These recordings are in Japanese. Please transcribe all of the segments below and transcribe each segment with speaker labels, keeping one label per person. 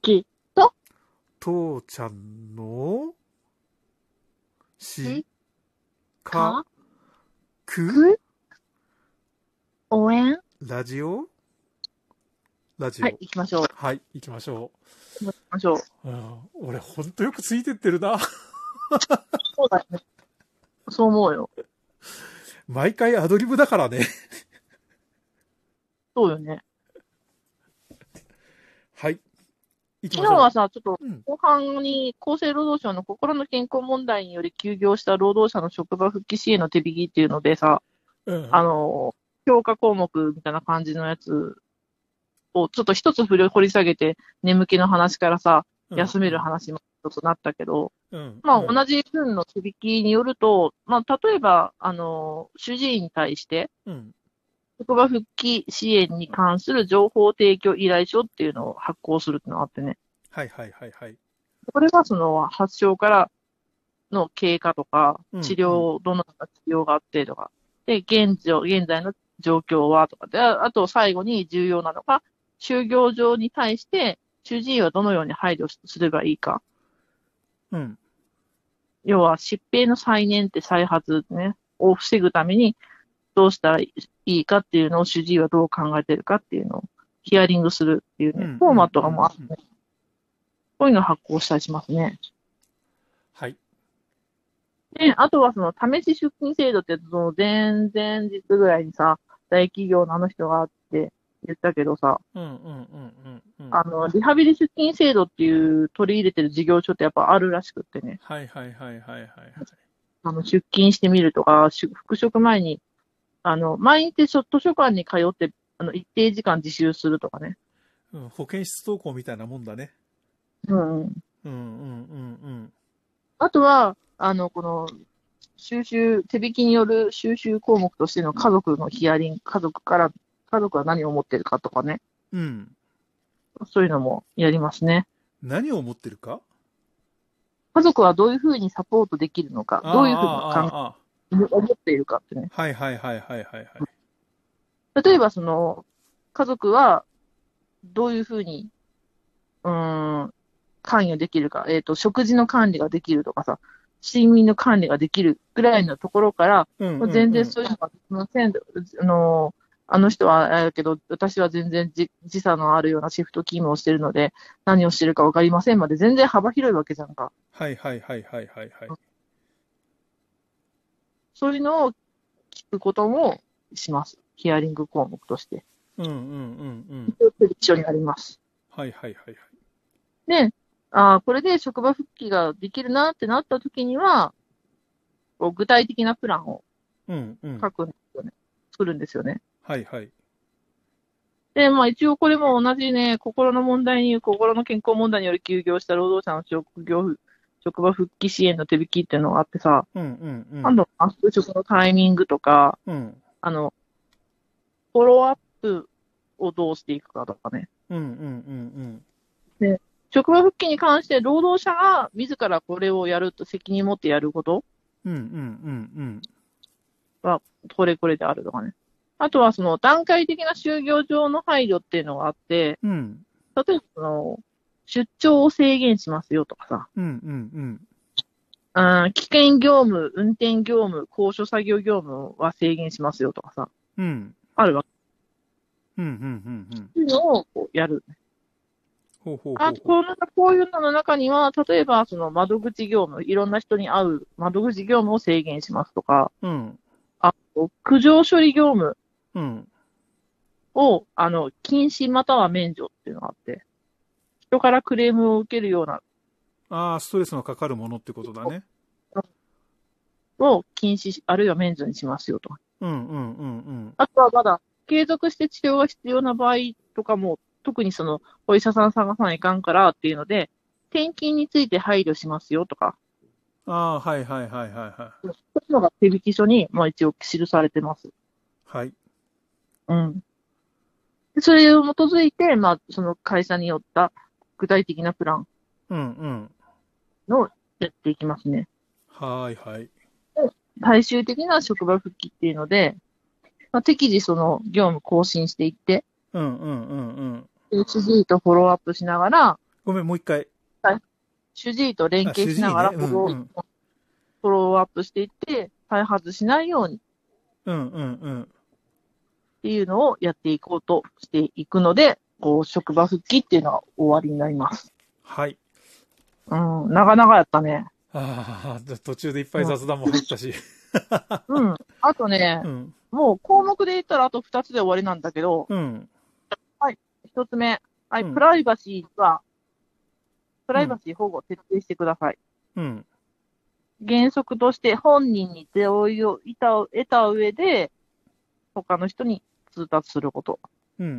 Speaker 1: き、
Speaker 2: 父ちゃんの、し、か
Speaker 1: か、、
Speaker 2: く、
Speaker 1: く、応援
Speaker 2: ラジオラジオ。
Speaker 1: は
Speaker 2: はいい、、
Speaker 1: 行きましょう。
Speaker 2: 行きましょ
Speaker 1: 行きましょう。
Speaker 2: う。うん、俺、ほんとよくついてってるな。
Speaker 1: そうだよね。そう思うよ。
Speaker 2: 毎回アドリブだからね。
Speaker 1: そうよね。
Speaker 2: はい。行き
Speaker 1: 昨
Speaker 2: まし
Speaker 1: 日
Speaker 2: ょう
Speaker 1: は。さ、ちょっと
Speaker 2: うん、
Speaker 1: 後半に厚生労働省の心の健康問題により休業した労働者の職場復帰支援の手引きっていうのでさ、
Speaker 2: うん、
Speaker 1: あの、評価項目みたいな感じのやつをちょっと一つ振り掘り下げて、眠気の話からさ、
Speaker 2: うん
Speaker 1: 休める。話もちょっとなったけど、
Speaker 2: うん、
Speaker 1: まあ、
Speaker 2: うん
Speaker 1: 同じ分の手引きによると、まあ、例えば、あの、主治医に対して、
Speaker 2: うん。
Speaker 1: 職場復帰支援に関する情報提供依頼書っていうのを発行するってのがあってね。
Speaker 2: はいはいはいはい。
Speaker 1: これはその発症からの経過とか
Speaker 2: うん、
Speaker 1: 治療、どんな治療があってとか、で、現状、現在の状況はとか、で、ああと最後に重要なのが、就業上に対して、主治医はどのように配慮すればいいか。
Speaker 2: うん。
Speaker 1: 要は疾病の再燃って再発、ね、を防ぐためにどうしたらいいかっていうのを主治医はどう考えてるかっていうのをヒアリングするっていう、ね
Speaker 2: うん
Speaker 1: フォーマットがもうあって、ねこういうのを発行したりしますね。
Speaker 2: はい。
Speaker 1: で、あとはその試し出勤制度ってやつ、その前々日ぐらいにさ、大企業のあの人があって言ったけどさ、
Speaker 2: うんうんうんうんうん。
Speaker 1: あの、リハビリ出勤制度っていう取り入れてる事業所ってやっぱあるらしくってね。
Speaker 2: はいはいはいはいはいはい。
Speaker 1: あの、出勤してみるとか、し復職前に、あの、毎日しょ図書館に通って、あの、一定時間自習するとかね。
Speaker 2: うん、保健室登校みたいなもんだね。
Speaker 1: うん、うん。
Speaker 2: うんうんうん
Speaker 1: あとは、あの、この、収集、手引きによる収集項目としての家族のヒアリング、家族から、家族は何を思ってるかとかね。
Speaker 2: うん。うん。
Speaker 1: そういうのもやりますね。
Speaker 2: 何を思ってるか
Speaker 1: 家族はどういうふうにサポートできるのか、どういうふうに考
Speaker 2: あ
Speaker 1: え、思っているかってね。
Speaker 2: あはいはいはいはいはいはい。
Speaker 1: 例えばその、家族はどういうふうに、うーん、関与できるか、えっ、と、食事の管理ができるとかさ、睡眠の管理ができるぐらいのところから、
Speaker 2: うん
Speaker 1: もう全然そういうのができません。あの、あの人はあれだけど、私は全然時時差のあるようなシフト勤務をしてるので、何をしてるかわかりませんまで全然幅広いわけじゃんか。
Speaker 2: はいはいはいはいはいはい。
Speaker 1: そういうのを聞くこともします。ヒアリング項目として。
Speaker 2: うんうんうんうん。
Speaker 1: 一緒になります。
Speaker 2: はいはいはいはい。
Speaker 1: で、ああ、これで職場復帰ができるなってなった時には、こう具体的なプランを
Speaker 2: うんうん。
Speaker 1: 書くんですよね。作るんですよね。
Speaker 2: はいはい。
Speaker 1: で、まあ一応これも同じね、心の問題に、心の健康問題により休業した労働者の職業復、職場復帰支援の手引きっていうのがあってさ、
Speaker 2: うんうんうん。
Speaker 1: なんだろうな、就職のタイミングとか、
Speaker 2: うん
Speaker 1: あの、フォローアップをどうしていくかとかね。
Speaker 2: うんうんうん
Speaker 1: 職場復帰に関して労働者が自らこれをやると責任持ってやること
Speaker 2: うん。うんうんうん
Speaker 1: これこれであるとかね。あとはその段階的な就業上の配慮っていうのがあって、
Speaker 2: うん。うん
Speaker 1: 例えばその出張を制限しますよとかさ、
Speaker 2: うんうんうん。
Speaker 1: うん危険業務、運転業務、高所作業業務は制限しますよとかさ、
Speaker 2: うん
Speaker 1: あるわけ
Speaker 2: うんうんうんうん。
Speaker 1: っていうのをこうやる。
Speaker 2: ほうほうほ
Speaker 1: あ
Speaker 2: う
Speaker 1: と
Speaker 2: ほう。
Speaker 1: この中、こういうのの中には、例えばその窓口業務、いろんな人に会う窓口業務を制限しますとか、
Speaker 2: うん
Speaker 1: あと苦情処理業務
Speaker 2: うん。
Speaker 1: を、あの、禁止または免除っていうのがあって、人からクレームを受けるような
Speaker 2: ああ、ストレスのかかるものってことだね。
Speaker 1: を禁止し、あるいは免除にしますよと。
Speaker 2: うんうんうんうん。
Speaker 1: あとはまだ、継続して治療が必要な場合とかも、特にその、お医者さん探さないかんからっていうので、転勤について配慮しますよとか、
Speaker 2: ああ、はいはいはいはいは
Speaker 1: そういうのが手引き書に、まあ一応記されてます。
Speaker 2: い。はい。
Speaker 1: うん。でそれを基づいて、まあ、その会社によった具体的なプラン
Speaker 2: うんうん。
Speaker 1: やっていきますね。
Speaker 2: はいはい。
Speaker 1: 最終的な職場復帰っていうので、まあ、適時その業務更新していって、
Speaker 2: うんうんうんうん。
Speaker 1: 主治医とフォローアップしながら、
Speaker 2: ごめん、もう一回。
Speaker 1: 主治医と連携しながら
Speaker 2: あ
Speaker 1: フ
Speaker 2: 主治
Speaker 1: ォロー、
Speaker 2: 医ねうんうん
Speaker 1: フォローアップしていって、再発しないようにっ
Speaker 2: うんうんうん。
Speaker 1: ていうのをやっていこうとしていくので、こう、職場復帰っていうのは終わりになります。
Speaker 2: はい。
Speaker 1: うん、長々やったね。
Speaker 2: ああ、途中でいっぱい雑談も入ったし。
Speaker 1: うん。あとね
Speaker 2: う、ん。
Speaker 1: もう項目で言ったらあと2つで終わりなんだけど、
Speaker 2: うん。
Speaker 1: 1つ目、はい、
Speaker 2: うん
Speaker 1: プライバシーは、プライバシー保護を徹底してください。
Speaker 2: うん。
Speaker 1: 原則として本人に同意を得た得た上で、他の人に通達すること。
Speaker 2: うんうんう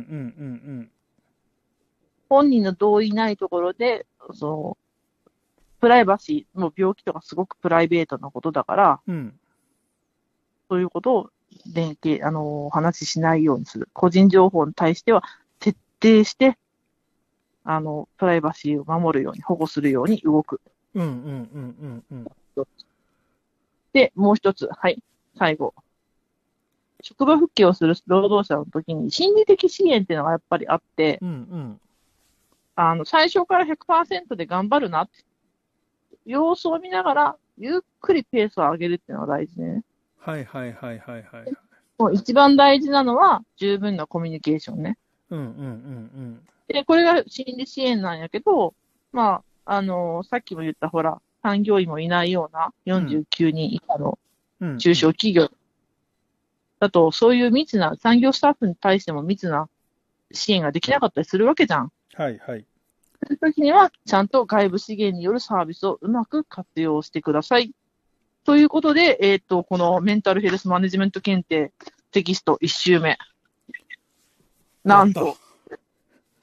Speaker 2: ん
Speaker 1: 本人の同意ないところで、その、プライバシー、もう病気とかすごくプライベートなことだから、
Speaker 2: うん。うん。
Speaker 1: そういうことを連携、あのお話ししないようにする。個人情報に対しては徹底して、あの、プライバシーを守るように、保護するように動く。
Speaker 2: うんうんうんうんうん。
Speaker 1: で、もう一つ、はい、最後。職場復帰をする労働者の時に心理的支援っていうのがやっぱりあって、
Speaker 2: うんうん。
Speaker 1: あの、最初から100%で頑張るなって、様子を見ながら、ゆっくりペースを上げるっていうのが大事ね。
Speaker 2: はいはいはいはいはい。
Speaker 1: もう一番大事なのは、十分なコミュニケーションね。
Speaker 2: うんうんうん
Speaker 1: で、これが心理支援なんやけど、まあ、あのさっきも言ったほら、産業医もいないような49人以下の
Speaker 2: うん。うん。
Speaker 1: 中小企業だと、そういう密な、産業スタッフに対しても密な支援ができなかったりするわけじゃん。
Speaker 2: はい
Speaker 1: そう
Speaker 2: はい。
Speaker 1: いう時には、ちゃんと外部資源によるサービスをうまく活用してください。ということで、えっ、と、このメンタルヘルスマネジメント検定テキスト1周目。なんと、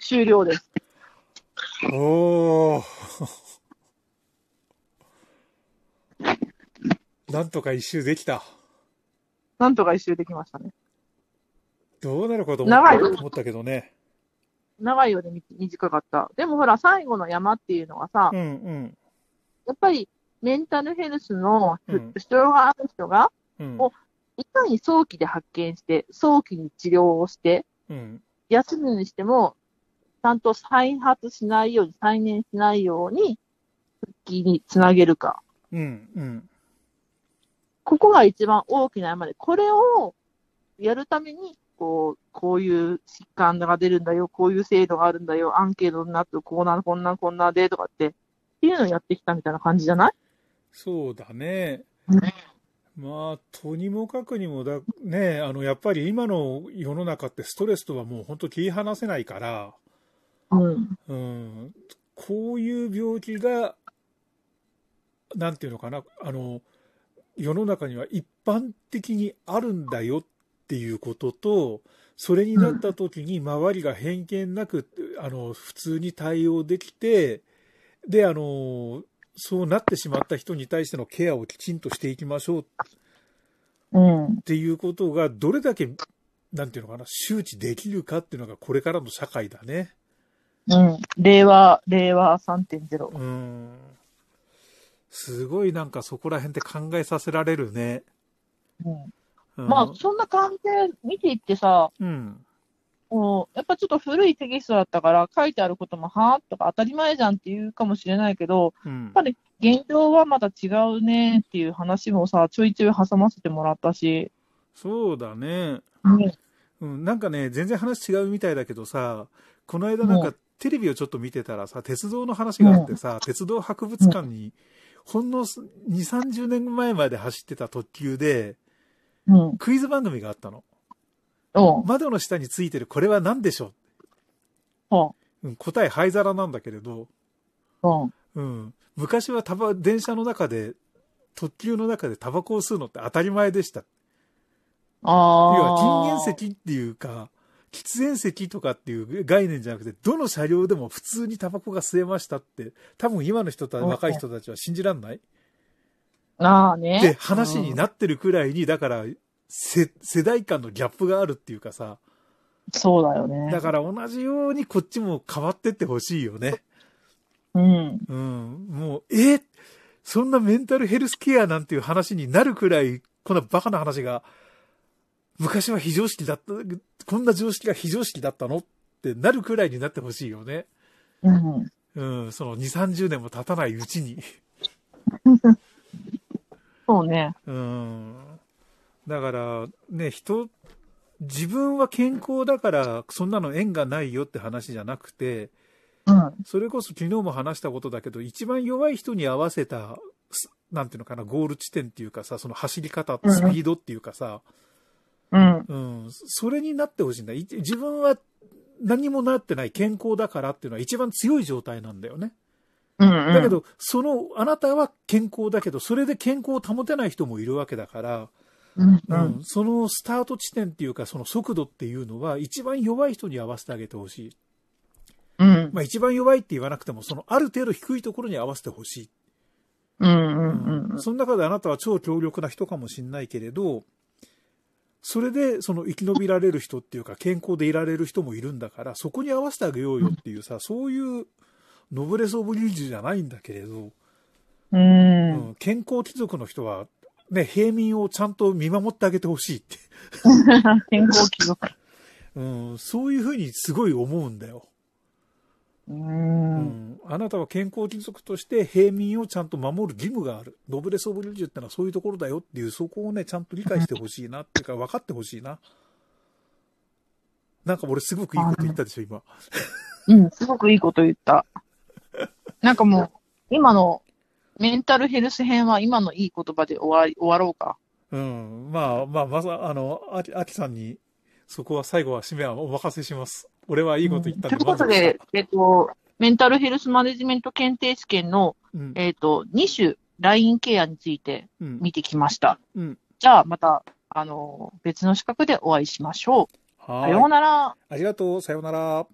Speaker 1: 終了です。
Speaker 2: おお。なんとか一周できた。
Speaker 1: なんとか一周できましたね。
Speaker 2: どうなるかと思った
Speaker 1: 長い
Speaker 2: 思ったけどね。
Speaker 1: 長いようでみ短かった。でもほら、最後の山っていうのはさ、
Speaker 2: うんうん
Speaker 1: やっぱりメンタルヘルスの
Speaker 2: うん
Speaker 1: 不調がある人が、
Speaker 2: うん。
Speaker 1: おいかに早期で発見して、早期に治療をして、
Speaker 2: うん
Speaker 1: 休むにしても、ちゃんと再発しないように、再燃しないように、復帰につなげるか。
Speaker 2: うんうん。
Speaker 1: ここが一番大きな山で、これをやるために、こう、こういう疾患が出るんだよ、こういう制度があるんだよ、アンケートになって、こうな、こんな、こんなで、とかって、っていうのをやってきたみたいな感じじゃない
Speaker 2: そうだね
Speaker 1: うん。
Speaker 2: まあ、とにもかくにもだ、ね、あの、やっぱり今の世の中ってストレスとはもう本当切り離せないから、
Speaker 1: うん。
Speaker 2: うん、こういう病気が、なんていうのかな、あの、世の中には一般的にあるんだよっていうことと、それになった時に周りが偏見なく、あの、普通に対応できて、で、あの、そうなってしまった人に対してのケアをきちんとしていきましょ
Speaker 1: う
Speaker 2: う
Speaker 1: ん
Speaker 2: っ。ていうことが、どれだけ、なんていうのかな、周知できるかっていうのがこれからの社会だね。
Speaker 1: うん。令和、令和3.0。
Speaker 2: うん。すごいなんかそこら辺って考えさせられるね。
Speaker 1: うん。
Speaker 2: うん、
Speaker 1: まあ、そんな感じで見ていってさ、
Speaker 2: うん。
Speaker 1: こうやっぱちょっと古いテキストだったから、書いてあることも、はあとか当たり前じゃんって言うかもしれないけど、
Speaker 2: うん。
Speaker 1: ぱり現状はまた違うねっていう話もさ、ちょいちょい挟ませてもらったし、
Speaker 2: そうだね。
Speaker 1: うん
Speaker 2: うん。なんかね、全然話違うみたいだけどさ、この間なん
Speaker 1: う
Speaker 2: かテレビをちょっと見てたらさ、鉄道の話があってさ、鉄道博物館に、ほんの2、30年前まで走ってた特急で、
Speaker 1: うん、
Speaker 2: クイズ番組があったの。
Speaker 1: うん、
Speaker 2: 窓の下についてるこれは何でしょ
Speaker 1: うん
Speaker 2: う、うん、答え灰皿なんだけれど、
Speaker 1: うん、
Speaker 2: うん、昔はタバ電車の中で特急の中でタバコを吸うのって当たり前でした要
Speaker 1: ああ。
Speaker 2: は禁煙席っていうか喫煙席とかっていう概念じゃなくてどの車両でも普通にタバコが吸えましたって多分今の人たち
Speaker 1: うん
Speaker 2: 若い人たちは信じらんない
Speaker 1: ああね。
Speaker 2: って話になってるくらいにだからせ世代間のギャップがあるっていうかさ
Speaker 1: うんそうだよね。
Speaker 2: だから同じようにこっちも変わってってほしいよね
Speaker 1: うん。
Speaker 2: うん、もう、えそんなメンタルヘルスケアなんていう話になるくらい、こんなバカな話が、昔は非常識だった、こんな常識が非常識だったのってなるくらいになってほしいよね。
Speaker 1: うん。
Speaker 2: うん、その2、30年も経たないうちに。
Speaker 1: そうね。
Speaker 2: うん。だから、ね、人、自分は健康だから、そんなの縁がないよって話じゃなくて、
Speaker 1: うん。
Speaker 2: それこそ昨日も話したことだけど、一番弱い人に合わせた、すなんていうのかな、ゴール地点っていうかさ、その走り方、
Speaker 1: うん
Speaker 2: スピードっていうかさ、
Speaker 1: うん。
Speaker 2: うん、それになってほしいんだ。い自分は何もなってない健康だからっていうのは一番強い状態なんだよね。
Speaker 1: うん、うん。
Speaker 2: だけど、その、あなたは健康だけど、それで健康を保てない人もいるわけだから、
Speaker 1: うん、う。
Speaker 2: うんん、そのスタート地点っていうか、その速度っていうのは、一番弱い人に合わせてあげてほしい。
Speaker 1: うん。
Speaker 2: まあ、一番弱いって言わなくても、そのある程度低いところに合わせてほしい。
Speaker 1: うん、うん、うん。
Speaker 2: その中であなたは超強力な人かもしれないけれど、それでその生き延びられる人っていうか、健康でいられる人もいるんだから、そこに合わせてあげようよっていうさ、そういうノブレス・オブ・リュージュじゃないんだけれど、
Speaker 1: うん。う
Speaker 2: うんん健康貴族の人は、ね、平民をちゃんと見守ってあげてほしいって、
Speaker 1: 健康貴族。
Speaker 2: うん、そういうふうにすごい思うんだよ、
Speaker 1: う。
Speaker 2: うんあなたは健康貴族として平民をちゃんと守る義務がある。ノブレス・オブ・リュージュってのはそういうところだよっていう、そこをね、ちゃんと理解してほしいなっていうか、分かってほしいな。なんか俺すごくいいこと言ったでしょ、今。
Speaker 1: うん、すごくいいこと言った。なんかもう、今のメンタルヘルス編は今のいい言葉で終わり終わろうか。
Speaker 2: うん。まあまあ、まさ、あの、あき、あきさんに、そこは最後は締めはお任せします。俺はいいこと言ったん
Speaker 1: とい
Speaker 2: で
Speaker 1: うことで、えっと、メンタルヘルスマネジメント検定試験の、
Speaker 2: 満足した
Speaker 1: えっと、2種、ラインケアについて
Speaker 2: うん。うん。
Speaker 1: 見てきました。
Speaker 2: うん
Speaker 1: じゃあ、また、あの、別の資格でお会いしましょう。
Speaker 2: は
Speaker 1: さ
Speaker 2: い
Speaker 1: ようなら。
Speaker 2: ありがとう。さようなら。